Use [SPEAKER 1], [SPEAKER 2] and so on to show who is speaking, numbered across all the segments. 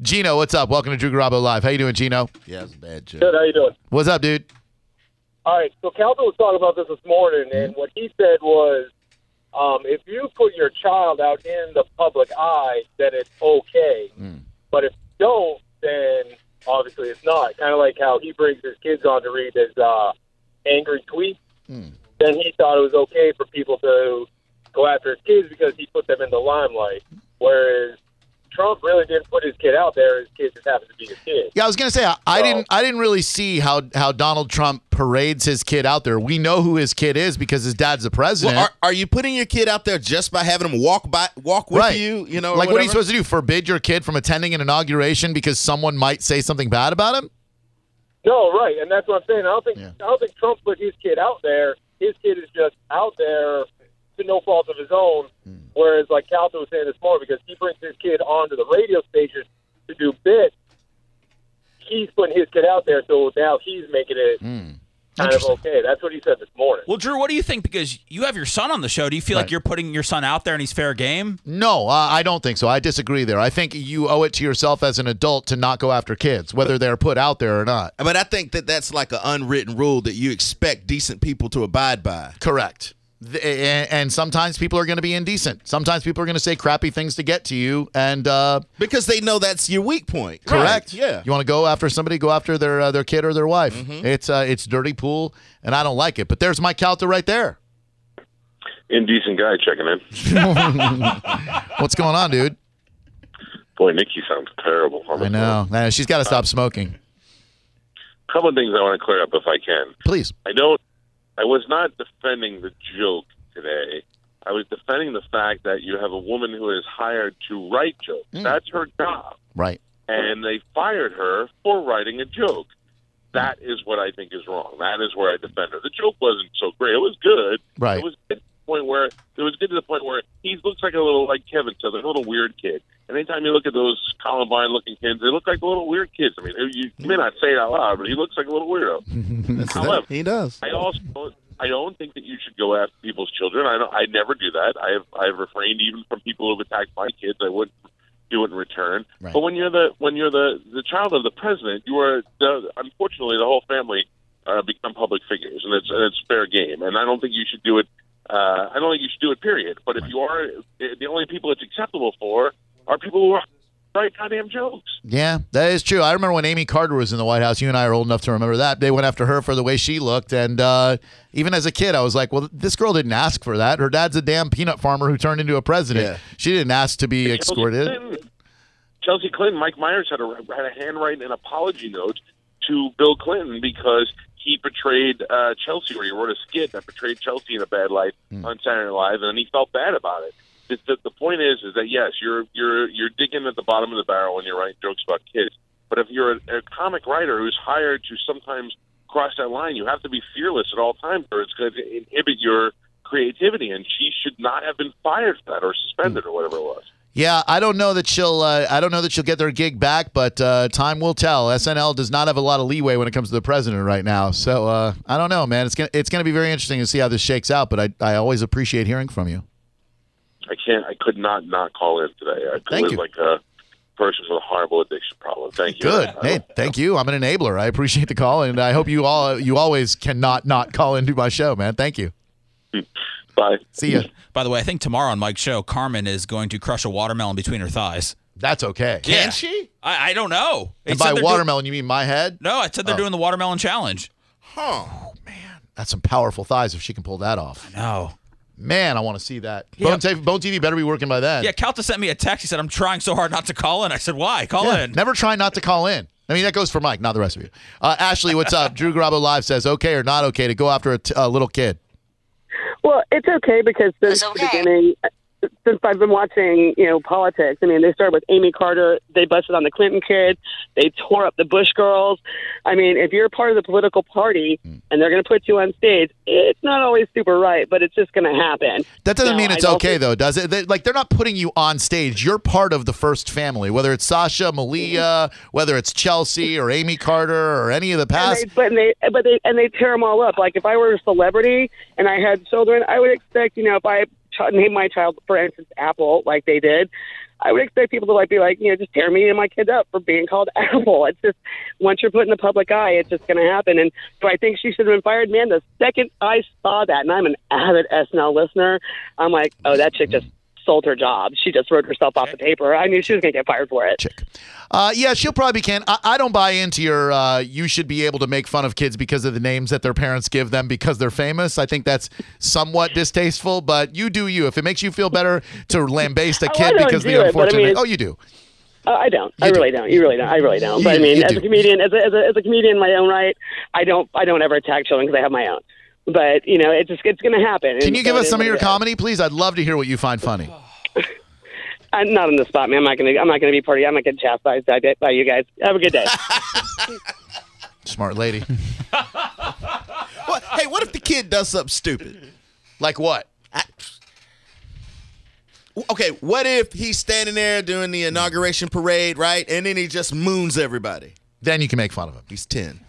[SPEAKER 1] Gino, what's up? Welcome to Drew Garabo Live. How you doing, Gino?
[SPEAKER 2] Yeah, it's a bad joke.
[SPEAKER 3] Good. How you doing?
[SPEAKER 1] What's up, dude?
[SPEAKER 3] All right. So Calvin was talking about this this morning, and what he said was, um, if you put your child out in the public eye, then it's okay. But if you don't, then obviously it's not. Kind of like how he brings his kids on to read his uh, angry tweets. Then he thought it was okay for people to go after his kids because he put them in the limelight. Whereas Trump really didn't put his kid out there. His kid just happens to be his kid.
[SPEAKER 1] Yeah, I was gonna say I, I
[SPEAKER 3] So-
[SPEAKER 1] didn't. I didn't really see how how Donald Trump parades his kid out there. We know who his kid is because his dad's the president.
[SPEAKER 2] Well, are, are you putting your kid out there just by having him walk by, walk with you? You know, or
[SPEAKER 1] like what are you
[SPEAKER 2] whatever?
[SPEAKER 1] supposed to do? Forbid your kid from attending an inauguration because someone might say something bad about him?
[SPEAKER 3] No, right, and that's what I'm saying. I don't think
[SPEAKER 1] Yeah.
[SPEAKER 3] I don't think Trump put his kid out there. His kid is just out there to no fault of his own.
[SPEAKER 1] Hmm.
[SPEAKER 3] Whereas, like Calto was saying this morning, because he brings his kid onto the radio stations to do bits, he's putting his kid out there, so now he's making it kind of
[SPEAKER 1] Hmm. Interesting.
[SPEAKER 3] okay. That's what he said this morning.
[SPEAKER 4] Well, Drew, what do you think? Because you have your son on the show. Do you feel like you're putting your son out there and he's fair game?
[SPEAKER 1] No, uh, I don't think so. I disagree there. I think you owe it to yourself as an adult to not go after kids, whether they're put out there or not.
[SPEAKER 2] But I think that that's like an unwritten rule that you expect decent people to abide by.
[SPEAKER 1] Correct. Th- And, and sometimes people are going to be indecent. Sometimes people are going to say crappy things to get to you. And uh,
[SPEAKER 2] Because they know that's your weak point.
[SPEAKER 1] correct.
[SPEAKER 2] Right, Yeah.
[SPEAKER 1] You want to go after somebody? Go after their uh, their kid or their wife. It's uh, it's dirty pool, and I don't like it. But there's my Calta right there.
[SPEAKER 5] Indecent guy checking in.
[SPEAKER 1] What's going on, dude?
[SPEAKER 5] Boy, Nikki sounds terrible. on the
[SPEAKER 1] I know.
[SPEAKER 5] phone.
[SPEAKER 1] Man, she's got to stop smoking.
[SPEAKER 5] couple of things I want to clear up if I can.
[SPEAKER 1] Please.
[SPEAKER 5] I don't. I was not defending the joke today. I was defending the fact that you have a woman who is hired to write jokes.
[SPEAKER 1] Hmm.
[SPEAKER 5] That's her job,
[SPEAKER 1] Right.
[SPEAKER 5] and they fired her for writing a joke. That is what I think is wrong. That is where I defend her. The joke wasn't so great. It was good.
[SPEAKER 1] Right.
[SPEAKER 5] It was good to the point where it was good to the point where he looks like a little like Kevin said, like a little weird kid. And anytime you look at those Columbine looking kids, they look like little weird kids. I mean, you may not say it out loud, but he looks like a little weirdo. However,
[SPEAKER 2] He does.
[SPEAKER 5] I also I don't think that you should go after people's children. I don't, I never do that. I have I've refrained even from people who've attacked my kids. I wouldn't do it in return.
[SPEAKER 1] Right.
[SPEAKER 5] But when you're the when you're the the child of the president, you are the, unfortunately the whole family uh, become public figures, and it's and it's fair game. And I don't think you should do it. Uh, I don't think you should do it. Period. But if you are eh, the only people it's acceptable for are people who are write goddamn jokes.
[SPEAKER 1] Yeah, that is true. I remember when Amy Carter was in the White House. You and I are old enough to remember that. They went after her for the way she looked. And uh, even as a kid, I was like, well, this girl didn't ask for that. Her dad's a damn peanut farmer who turned into a president.
[SPEAKER 2] Yeah.
[SPEAKER 1] She didn't ask to be escorted.
[SPEAKER 5] Clinton, Chelsea Clinton, Mike Myers had a had a handwritten an apology note to Bill Clinton because he portrayed uh, Chelsea, or he wrote a skit that portrayed Chelsea in a bad light on Saturday Night Live, and then he felt bad about it. The, the, the point is, is that yes, you're you're you're digging at the bottom of the barrel when you're writing jokes about kids. But if you're a, a comic writer who's hired to sometimes cross that line, you have to be fearless at all times, or it's going to inhibit your creativity. And she should not have been fired for that, or suspended, or whatever it was.
[SPEAKER 1] Yeah, I don't know that she'll. Uh, I don't know that she'll get their gig back, but uh, time will tell. SNL does not have a lot of leeway when it comes to the president right now. So uh, I don't know, man. It's gonna it's gonna be very interesting to see how this shakes out. But I, I always appreciate hearing from you.
[SPEAKER 5] I can't. I could not not call in today. I
[SPEAKER 1] Thank
[SPEAKER 5] live
[SPEAKER 1] you.
[SPEAKER 5] like a person with a horrible addiction problem. Thank you.
[SPEAKER 1] Good.
[SPEAKER 5] I-
[SPEAKER 1] Hey, thank you. I'm an enabler. I appreciate the call, and I hope you all you always cannot not call into my show, man. Thank you.
[SPEAKER 5] Bye.
[SPEAKER 1] See ya.
[SPEAKER 4] By the way, I think tomorrow on Mike's show, Carmen is going to crush a watermelon between her thighs.
[SPEAKER 1] That's okay.
[SPEAKER 4] Yeah.
[SPEAKER 2] Can she?
[SPEAKER 4] I, I don't know. They
[SPEAKER 1] And
[SPEAKER 4] said
[SPEAKER 1] by Oh.
[SPEAKER 4] they're
[SPEAKER 1] watermelon, you mean my head?
[SPEAKER 4] doing- no, I said they're doing the watermelon challenge.
[SPEAKER 2] Huh.
[SPEAKER 1] That's some powerful thighs if she can pull that off.
[SPEAKER 4] No.
[SPEAKER 1] Man, I want to see that. Bone, TV, Bone TV better be working by then.
[SPEAKER 4] Yeah, Calta sent me a text. He said, I'm trying so hard not to call in. I said, why? Call
[SPEAKER 1] Yeah,
[SPEAKER 4] in.
[SPEAKER 1] Never try not to call in. I mean, that goes for Mike, not the rest of you. Uh, Ashley, what's up? Drew Garabo Live says, okay or not okay to go after a, t- a little kid.
[SPEAKER 6] Well, it's okay because the
[SPEAKER 7] It's okay.
[SPEAKER 6] beginning,
[SPEAKER 8] since I've been watching, you know, politics. I mean, they started with Amy Carter. They busted on the Clinton kids. They tore up the Bush girls. I mean, if you're part of the political party and they're going to put you on stage, it's not always super right, but it's just going to happen.
[SPEAKER 1] That doesn't
[SPEAKER 8] No,
[SPEAKER 1] mean
[SPEAKER 8] I
[SPEAKER 1] it's
[SPEAKER 8] don't
[SPEAKER 1] okay,
[SPEAKER 8] think-
[SPEAKER 1] though, does it? They, like, they're not putting you on stage. You're part of the first family, whether it's Sasha, Malia, whether it's Chelsea or Amy Carter or any of the
[SPEAKER 8] And
[SPEAKER 1] past.
[SPEAKER 8] they, but they, but they, and they tear them all up. Like if I were a celebrity and I had children, I would expect, you know, if I ch- named my child, for instance, Apple, like they did, I would expect people to like be like, you know, just tear me and my kid up for being called Apple. It's just once you're put in the public eye, it's just going to happen. And do I think she should have been fired? Man, the second I saw that, and I'm an avid SNL listener, I'm like, oh, that chick just sold her job. She just wrote herself off the paper. I knew she was going to get fired for it.
[SPEAKER 1] chick. Uh, yeah, she'll probably can. I, I don't buy into your. Uh, you should be able to make fun of kids because of the names that their parents give them because they're famous. I think that's somewhat distasteful, but you do you. If it makes you feel better to lambaste a
[SPEAKER 8] Oh, I
[SPEAKER 1] kid
[SPEAKER 8] don't
[SPEAKER 1] because of
[SPEAKER 8] do
[SPEAKER 1] the
[SPEAKER 8] it, but I
[SPEAKER 1] unfortunate.
[SPEAKER 8] mean-
[SPEAKER 1] oh, you do.
[SPEAKER 8] Uh, I don't. I really do. not You really don't. I really don't. But I
[SPEAKER 1] You-
[SPEAKER 8] mean,
[SPEAKER 1] you
[SPEAKER 8] as
[SPEAKER 1] do.
[SPEAKER 8] a comedian, as a, as a as a comedian in my own right, I don't I don't ever attack children because I have my own. But you know, it's just it's going to happen.
[SPEAKER 1] Can you give us some of your comedy, please? I'd love to hear what you find funny.
[SPEAKER 8] I'm not on the spot, man. I'm not going to. I'm not going to be party. I'm not going to chastised by, by you guys. Have a good day.
[SPEAKER 1] Smart lady.
[SPEAKER 2] What, hey, what if the kid does something stupid?
[SPEAKER 1] like what?
[SPEAKER 2] I- okay, what if he's standing there doing the inauguration parade, right? And then he just moons everybody.
[SPEAKER 1] Then you can make fun of him.
[SPEAKER 2] He's 10.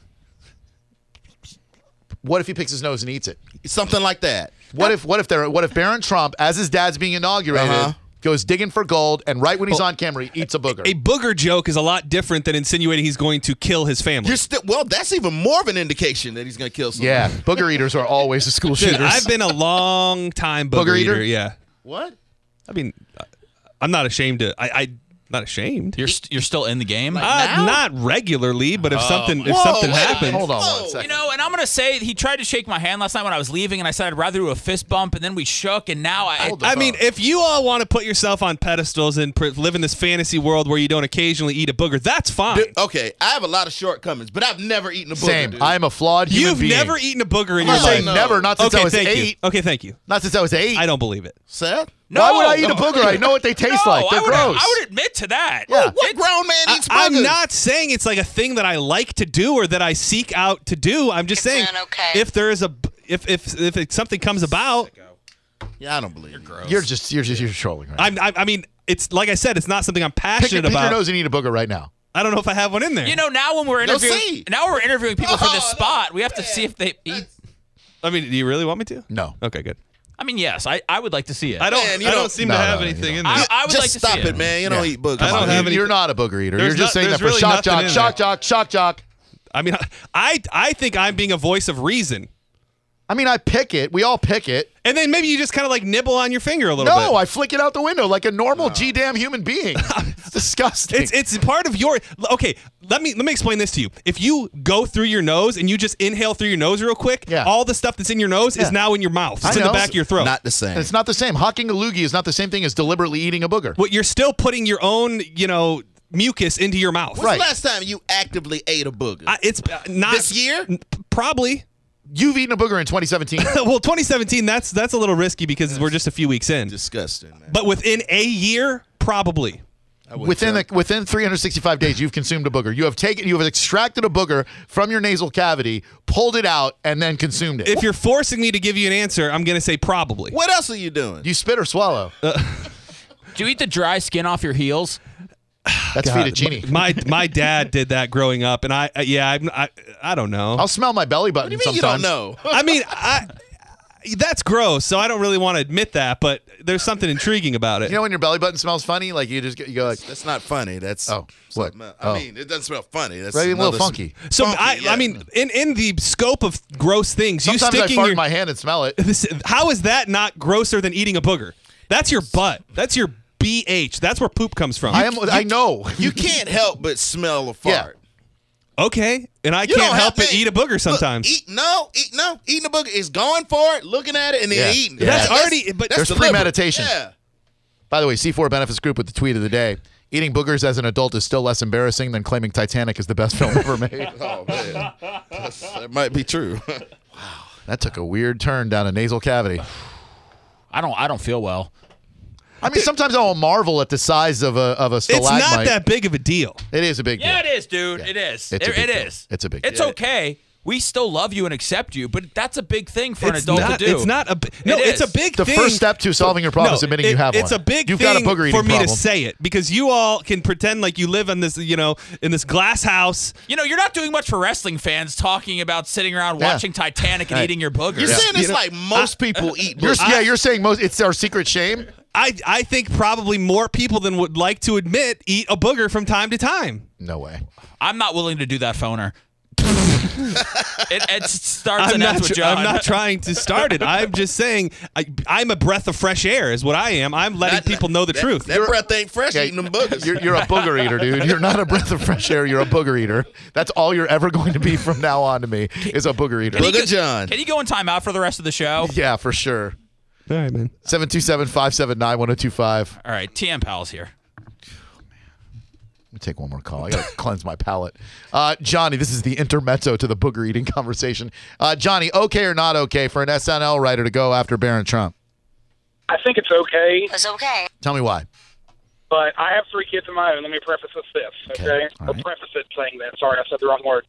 [SPEAKER 1] What if he picks his nose and eats it?
[SPEAKER 2] Something like that.
[SPEAKER 1] What if what if there what if Barron Trump, as his dad's being inaugurated,
[SPEAKER 2] Uh-huh.
[SPEAKER 1] goes digging for gold and right when he's on camera he eats a booger?
[SPEAKER 6] A booger joke is a lot different than insinuating he's going to kill his family.
[SPEAKER 2] You're still well, that's even more of an indication that he's going to kill someone.
[SPEAKER 1] yeah, booger eaters are always the school
[SPEAKER 6] Dude,
[SPEAKER 1] shooters.
[SPEAKER 6] I've been a long time booger,
[SPEAKER 1] Booger eater?
[SPEAKER 6] eater? Yeah,
[SPEAKER 2] What?
[SPEAKER 6] I mean, I- I'm not ashamed to. I, I not ashamed.
[SPEAKER 4] You're st- you're still in the game.
[SPEAKER 6] uh, not regularly, but if something if
[SPEAKER 2] Whoa,
[SPEAKER 6] something
[SPEAKER 2] wait a minute.
[SPEAKER 6] happens,
[SPEAKER 1] Hold on
[SPEAKER 2] Oh,
[SPEAKER 1] one second.
[SPEAKER 4] You know, and I'm gonna say he tried to shake my hand last night when I was leaving, and I said I'd rather do a fist bump, and then we shook, and now I.
[SPEAKER 1] Hold the
[SPEAKER 6] I mean,
[SPEAKER 1] phone.
[SPEAKER 6] if you all want to put yourself on pedestals and pr- live in this fantasy world where you don't occasionally eat a booger, that's fine.
[SPEAKER 2] Dude, okay, I have a lot of shortcomings, but I've never eaten a booger.
[SPEAKER 1] same.
[SPEAKER 2] dude.
[SPEAKER 1] I am a flawed human
[SPEAKER 6] You've
[SPEAKER 1] being.
[SPEAKER 6] never eaten a booger in
[SPEAKER 2] I'm
[SPEAKER 6] your
[SPEAKER 1] I'm
[SPEAKER 2] Oh,
[SPEAKER 1] saying
[SPEAKER 6] life.
[SPEAKER 2] no.
[SPEAKER 1] never, not since
[SPEAKER 6] okay,
[SPEAKER 1] I was
[SPEAKER 6] thank
[SPEAKER 1] eight.
[SPEAKER 6] you. Okay, thank you.
[SPEAKER 1] Not since I was eight.
[SPEAKER 6] I don't believe it.
[SPEAKER 2] Seth?
[SPEAKER 4] No.
[SPEAKER 1] Why would I eat a
[SPEAKER 4] No.
[SPEAKER 1] booger? I know what they taste
[SPEAKER 4] no,
[SPEAKER 1] like. They're
[SPEAKER 4] I would,
[SPEAKER 1] gross.
[SPEAKER 4] I would admit to that.
[SPEAKER 2] What grown man eats
[SPEAKER 6] I- I'm
[SPEAKER 2] boogers?
[SPEAKER 6] not saying it's like a thing that I like to do or that I seek out to do. I'm just saying if there is a b- if if if it, something comes about,
[SPEAKER 2] Yeah, I don't believe you're gross.
[SPEAKER 1] You're just you're just you're trolling right. now.
[SPEAKER 6] I'm, I, I mean, it's like I said, it's not something I'm
[SPEAKER 1] Pick, your-
[SPEAKER 6] passionate
[SPEAKER 1] pick your
[SPEAKER 6] about.
[SPEAKER 1] nose and eat a booger right now.
[SPEAKER 6] I don't know if I have one in there.
[SPEAKER 4] You know, now when we're
[SPEAKER 2] No,
[SPEAKER 4] interviewing,
[SPEAKER 2] see.
[SPEAKER 4] now we're interviewing people for this
[SPEAKER 2] Oh, no,
[SPEAKER 4] spot, we have to see if they eat.
[SPEAKER 6] I mean, do you really want me to?
[SPEAKER 1] No.
[SPEAKER 6] Okay, good.
[SPEAKER 4] I mean, yes, I, I would like to see it.
[SPEAKER 6] I don't.
[SPEAKER 2] Man, you
[SPEAKER 6] I don't,
[SPEAKER 2] don't-
[SPEAKER 6] seem
[SPEAKER 1] No,
[SPEAKER 6] to
[SPEAKER 1] no,
[SPEAKER 6] have
[SPEAKER 1] no, you
[SPEAKER 6] anything
[SPEAKER 1] don't.
[SPEAKER 6] in there.
[SPEAKER 4] I, I would
[SPEAKER 2] just
[SPEAKER 4] like to
[SPEAKER 2] stop
[SPEAKER 4] see
[SPEAKER 2] it, man. You don't eat boogers.
[SPEAKER 6] I don't
[SPEAKER 2] Come on,
[SPEAKER 6] have
[SPEAKER 2] dude.
[SPEAKER 6] any-
[SPEAKER 1] You're not a booger eater.
[SPEAKER 6] There's
[SPEAKER 1] you're just
[SPEAKER 6] not-
[SPEAKER 1] saying that
[SPEAKER 6] there's
[SPEAKER 1] for
[SPEAKER 6] really
[SPEAKER 1] shock
[SPEAKER 6] nothing
[SPEAKER 1] jock,
[SPEAKER 6] in
[SPEAKER 1] shock jock, shock jock.
[SPEAKER 6] I mean, I I think I'm being a voice of reason,
[SPEAKER 1] I mean, I pick it. We all pick it.
[SPEAKER 6] and then maybe you just kind of like nibble on your finger a little bit.
[SPEAKER 1] No, I flick it out the window like a normal g damn human being. it's disgusting.
[SPEAKER 6] It's it's part of your okay. Let me let me explain this to you. If you go through your nose and you just inhale through your nose real quick,
[SPEAKER 1] Yeah.
[SPEAKER 6] all the stuff that's in your nose
[SPEAKER 1] Yeah.
[SPEAKER 6] is now in your mouth.
[SPEAKER 1] I
[SPEAKER 6] It's in
[SPEAKER 1] know.
[SPEAKER 6] the back of your throat.
[SPEAKER 2] Not the same.
[SPEAKER 1] And it's not the same. Hawking a loogie is not the same thing as deliberately eating a booger.
[SPEAKER 6] what you're still putting your own you know mucus into your mouth.
[SPEAKER 2] When's
[SPEAKER 1] right.
[SPEAKER 2] the last time you actively ate a booger?
[SPEAKER 6] I, it's uh, not
[SPEAKER 2] This year?
[SPEAKER 6] N- Probably.
[SPEAKER 1] You've eaten a booger in 2017.
[SPEAKER 6] well, 2017. That's that's a little risky because we're just a few weeks in.
[SPEAKER 2] Disgusting, man.
[SPEAKER 6] But within a year, probably.
[SPEAKER 1] within the, within 365 days, you've consumed a booger. You have taken, you have extracted a booger from your nasal cavity, pulled it out, and then consumed it.
[SPEAKER 6] If you're forcing me to give you an answer, I'm gonna say probably.
[SPEAKER 2] what else are you doing?
[SPEAKER 1] you spit or swallow,
[SPEAKER 6] Oh,
[SPEAKER 4] it. Do you eat the dry skin off your heels?
[SPEAKER 1] that's fettuccine.
[SPEAKER 6] My my dad did that growing up, and I uh, yeah I'm, I I don't know.
[SPEAKER 1] I'll smell my belly button
[SPEAKER 2] you mean
[SPEAKER 1] sometimes.
[SPEAKER 2] you don't know?
[SPEAKER 6] I mean, I, that's gross. So I don't really want to admit that, but there's something intriguing about it.
[SPEAKER 1] You know when your belly button smells funny, like you just get, you go like,
[SPEAKER 2] That's not funny. That's
[SPEAKER 1] oh, what?
[SPEAKER 2] I
[SPEAKER 1] Oh.
[SPEAKER 2] mean, it doesn't smell funny. That's
[SPEAKER 1] Right, a little
[SPEAKER 2] another-
[SPEAKER 1] funky.
[SPEAKER 6] so
[SPEAKER 2] funky,
[SPEAKER 6] I,
[SPEAKER 2] yeah.
[SPEAKER 6] I mean, in in the scope of gross things,
[SPEAKER 1] Sometimes
[SPEAKER 6] you
[SPEAKER 1] I
[SPEAKER 6] sticking
[SPEAKER 1] fart
[SPEAKER 6] your
[SPEAKER 1] in my hand and smell it.
[SPEAKER 6] this, how is that not grosser than eating a booger? That's your butt. That's your bh. That's where poop comes from.
[SPEAKER 1] I am. I know.
[SPEAKER 2] you can't help but smell a
[SPEAKER 1] Yeah.
[SPEAKER 2] fart.
[SPEAKER 6] okay, and I
[SPEAKER 2] You
[SPEAKER 6] can't
[SPEAKER 2] don't
[SPEAKER 6] help
[SPEAKER 2] have
[SPEAKER 6] but
[SPEAKER 2] to-
[SPEAKER 6] eat a booger
[SPEAKER 2] Look,
[SPEAKER 6] sometimes.
[SPEAKER 2] eat no, eat no, eating a booger is going for it, looking at it, and then
[SPEAKER 1] Yeah.
[SPEAKER 2] eating. it.
[SPEAKER 1] Yeah. That's
[SPEAKER 6] already- but
[SPEAKER 1] There's
[SPEAKER 2] deliberate.
[SPEAKER 1] premeditation.
[SPEAKER 2] Yeah.
[SPEAKER 1] By the way, C4 Benefits Group with the tweet of the day. Eating boogers as an adult is still less embarrassing than claiming Titanic is the best film ever made.
[SPEAKER 2] Oh man, That's- that might be true.
[SPEAKER 1] that took a weird turn down a nasal cavity.
[SPEAKER 4] I don't. I don't feel well.
[SPEAKER 1] I mean, sometimes I will marvel at the size of a of a
[SPEAKER 6] It's
[SPEAKER 1] stalagmite.
[SPEAKER 6] not that big of a deal.
[SPEAKER 1] It is a big
[SPEAKER 4] Yeah,
[SPEAKER 1] deal.
[SPEAKER 4] it is, dude. It is.
[SPEAKER 1] It's
[SPEAKER 4] It's
[SPEAKER 1] a big
[SPEAKER 4] it
[SPEAKER 1] deal.
[SPEAKER 4] is.
[SPEAKER 1] It's a big
[SPEAKER 4] It's
[SPEAKER 1] deal.
[SPEAKER 4] okay. We still love you and accept you, but that's a big thing for an
[SPEAKER 6] it's
[SPEAKER 4] adult
[SPEAKER 6] not,
[SPEAKER 4] to do.
[SPEAKER 6] It's not a. bi- No,
[SPEAKER 4] It
[SPEAKER 6] it's a
[SPEAKER 4] is.
[SPEAKER 6] big.
[SPEAKER 1] The
[SPEAKER 6] thing-
[SPEAKER 1] first step to solving your problem
[SPEAKER 6] No,
[SPEAKER 1] is admitting
[SPEAKER 6] it-
[SPEAKER 1] you have
[SPEAKER 6] It's
[SPEAKER 1] one.
[SPEAKER 6] a big.
[SPEAKER 1] You've got
[SPEAKER 6] thing
[SPEAKER 1] a booger eating
[SPEAKER 6] for me to
[SPEAKER 1] problem.
[SPEAKER 6] say it because you all can pretend like you live in this, you know, in this glass house.
[SPEAKER 4] You know, you're not doing much for wrestling fans talking about sitting around
[SPEAKER 1] Yeah.
[SPEAKER 4] watching Titanic and eating your boogers.
[SPEAKER 2] You're saying
[SPEAKER 6] You
[SPEAKER 2] it's
[SPEAKER 6] know,
[SPEAKER 2] like most people eat.
[SPEAKER 1] You're,
[SPEAKER 2] booger.
[SPEAKER 1] yeah, you're saying most. It's our secret shame.
[SPEAKER 6] I I think probably more people than would like to admit eat a booger from time to time.
[SPEAKER 1] No way.
[SPEAKER 4] I'm not willing to do that phoner. it, it starts
[SPEAKER 6] I'm
[SPEAKER 4] and
[SPEAKER 6] not,
[SPEAKER 4] ends with
[SPEAKER 6] tr-
[SPEAKER 4] John.
[SPEAKER 6] I'm not trying to start it. I'm just saying I, I'm a breath of fresh air, is what I am. I'm letting
[SPEAKER 2] That-
[SPEAKER 6] people know the
[SPEAKER 2] that-
[SPEAKER 6] truth.
[SPEAKER 2] That breath ain't fresh
[SPEAKER 1] Yeah,
[SPEAKER 2] eating them boogers.
[SPEAKER 1] You're, you're a booger eater, dude. You're not a breath of fresh air. You're a booger eater. That's all you're ever going to be from now on to me is a booger eater.
[SPEAKER 2] Booger John.
[SPEAKER 4] Can you go in timeout for the rest of the show?
[SPEAKER 1] Yeah, for sure.
[SPEAKER 6] All right, man.
[SPEAKER 1] 727-579-1025. Let
[SPEAKER 4] All right, TM Pals here.
[SPEAKER 1] me take one more call. I got to cleanse my palate. Uh, Johnny, this is the intermezzo to the booger eating conversation. Uh, Johnny, okay or not okay for an SNL writer to go after Barron Trump?
[SPEAKER 3] I think it's okay,
[SPEAKER 7] It's okay.
[SPEAKER 1] Tell me why.
[SPEAKER 3] but I have three kids of my own. Let me preface with this, okay?
[SPEAKER 1] all
[SPEAKER 3] Or
[SPEAKER 1] right. Mm.
[SPEAKER 3] preface it saying that. Sorry, I said the wrong word.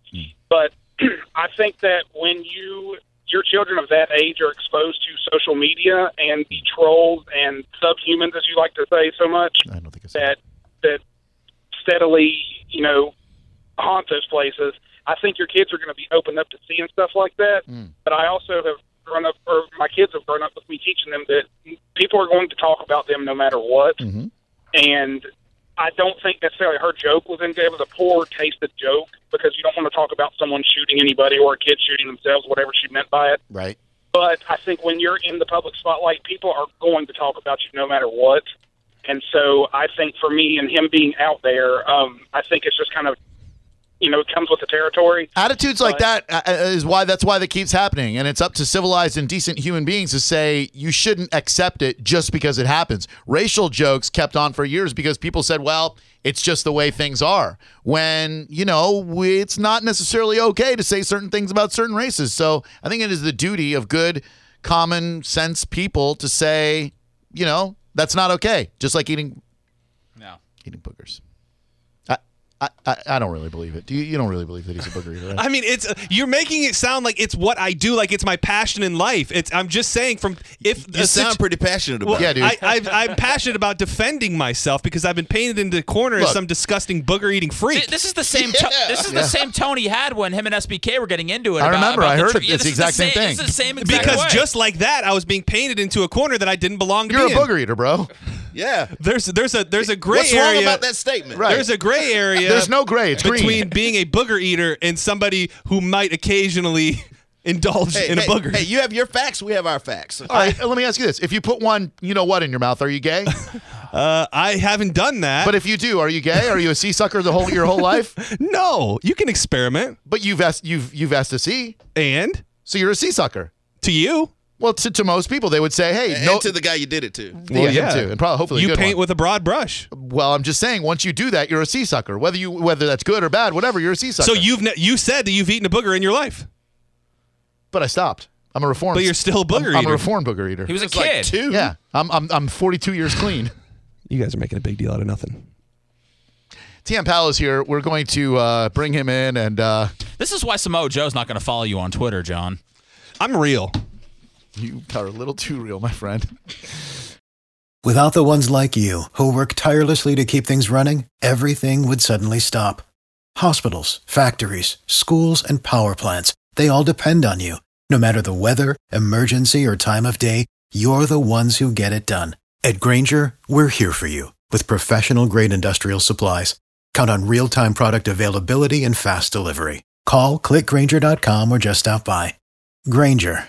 [SPEAKER 3] But I think that when you your children of that age are exposed to social media and the trolls and subhumans, as you like to say so much,
[SPEAKER 1] I don't think it's
[SPEAKER 3] that that steadily, you know, haunt those places. I think your kids are going to be opened up to seeing stuff like that. But I also have grown up, or my kids have grown up with me teaching them that people are going to talk about them no matter what. And I don't think necessarily her joke was in it was a poor tasted joke because you don't want to talk about someone shooting anybody or a kid shooting themselves, whatever she meant by it.
[SPEAKER 1] Right.
[SPEAKER 3] But I think when you're in the public spotlight, people are going to talk about you no matter what. And so I think for me and him being out there, um, I think it's just kind of, you know, it comes with the territory.
[SPEAKER 1] Attitudes like that uh, uh, is why that's why that keeps happening, and it's up to civilized and decent human beings to say you shouldn't accept it just because it happens. Racial jokes kept on for years because people said, "Well, it's just the way things are." When you know we- it's not necessarily okay to say certain things about certain races, so I think it is the duty of good common sense people to say, you know, that's not okay. Just like eating
[SPEAKER 4] No.
[SPEAKER 1] eating boogers. I I, I, I don't really believe it. Do you? You don't really believe that he's a booger eater? right?
[SPEAKER 6] I mean, it's uh, you're making it sound like it's what I do, like it's my passion in life. It's I'm just saying from if
[SPEAKER 2] You
[SPEAKER 6] a
[SPEAKER 2] sound
[SPEAKER 6] situ-
[SPEAKER 2] pretty passionate about
[SPEAKER 6] Well,
[SPEAKER 2] it.
[SPEAKER 1] Yeah, dude.
[SPEAKER 6] I, I've, I'm passionate about defending myself because I've been painted into the corner
[SPEAKER 1] Look.
[SPEAKER 6] as some disgusting booger eating freak.
[SPEAKER 4] Th- This is the same. to- this is the same tone he had when him and SBK were getting into it.
[SPEAKER 1] I
[SPEAKER 4] about-
[SPEAKER 1] remember.
[SPEAKER 4] about
[SPEAKER 1] I
[SPEAKER 4] the
[SPEAKER 1] heard
[SPEAKER 4] tr-
[SPEAKER 1] it.
[SPEAKER 4] Yeah,
[SPEAKER 1] It's
[SPEAKER 4] this
[SPEAKER 1] the
[SPEAKER 4] is
[SPEAKER 1] exact same
[SPEAKER 4] This is the same exact
[SPEAKER 6] because
[SPEAKER 4] way.
[SPEAKER 6] just like that, I was being painted into a corner that I didn't belong to
[SPEAKER 1] You're
[SPEAKER 6] be
[SPEAKER 1] a
[SPEAKER 6] in.
[SPEAKER 1] booger eater, bro.
[SPEAKER 2] Yeah.
[SPEAKER 6] There's there's a there's a gray
[SPEAKER 2] What's
[SPEAKER 6] area.
[SPEAKER 2] wrong about that statement?
[SPEAKER 1] Right.
[SPEAKER 6] There's a gray area.
[SPEAKER 1] There's no gray. It's
[SPEAKER 6] between
[SPEAKER 1] green.
[SPEAKER 6] being a booger eater and somebody who might occasionally indulge
[SPEAKER 2] Hey,
[SPEAKER 6] in
[SPEAKER 2] hey,
[SPEAKER 6] a booger.
[SPEAKER 2] hey, you have your facts. We have our facts.
[SPEAKER 1] All right, let me ask you this: If you put one, you know what, in your mouth, are you gay?
[SPEAKER 6] Uh, I haven't done that.
[SPEAKER 1] but if you do, are you gay? Are you a sea sucker the whole your whole life?
[SPEAKER 6] no, Oh, you can experiment.
[SPEAKER 1] But you've asked you've you've asked to see,
[SPEAKER 6] And
[SPEAKER 1] so you're a sea sucker.
[SPEAKER 6] to you,
[SPEAKER 1] Well, to, to most people, they would say, "Hey,
[SPEAKER 2] And
[SPEAKER 1] no."
[SPEAKER 2] to the guy you did it to.
[SPEAKER 1] yeah,
[SPEAKER 6] Well,
[SPEAKER 1] him
[SPEAKER 6] yeah.
[SPEAKER 1] too, and probably hopefully a
[SPEAKER 6] you
[SPEAKER 1] good
[SPEAKER 6] paint
[SPEAKER 1] one.
[SPEAKER 6] with a broad brush.
[SPEAKER 1] well, I'm just saying, once you do that, you're a sea sucker. Whether you whether that's good or bad, whatever, you're a sea sucker.
[SPEAKER 6] So you've ne- you said that you've eaten a booger in your life,
[SPEAKER 1] but I stopped. I'm a reformed.
[SPEAKER 6] but you're still a booger
[SPEAKER 1] I'm, I'm a
[SPEAKER 6] eater.
[SPEAKER 1] reformed booger eater.
[SPEAKER 4] he was a
[SPEAKER 2] It's like
[SPEAKER 4] kid.
[SPEAKER 2] two.
[SPEAKER 1] yeah, I'm I'm I'm 42 years clean.
[SPEAKER 6] you guys are making a big deal out of nothing.
[SPEAKER 1] TM Powell is here. We're going to uh, bring him in and. Uh,
[SPEAKER 4] this is why Samoa Joe's not going to follow you on Twitter, John.
[SPEAKER 6] I'm real.
[SPEAKER 1] You are a little too real, my friend.
[SPEAKER 9] Without the ones like you, who work tirelessly to keep things running, everything would suddenly stop. Hospitals, factories, schools, and power plants, they all depend on you. No matter the weather, emergency, or time of day, you're the ones who get it done. At Granger, we're here for you with professional grade industrial supplies. Count on real time product availability and fast delivery. Call clickgranger.com or just stop by. Granger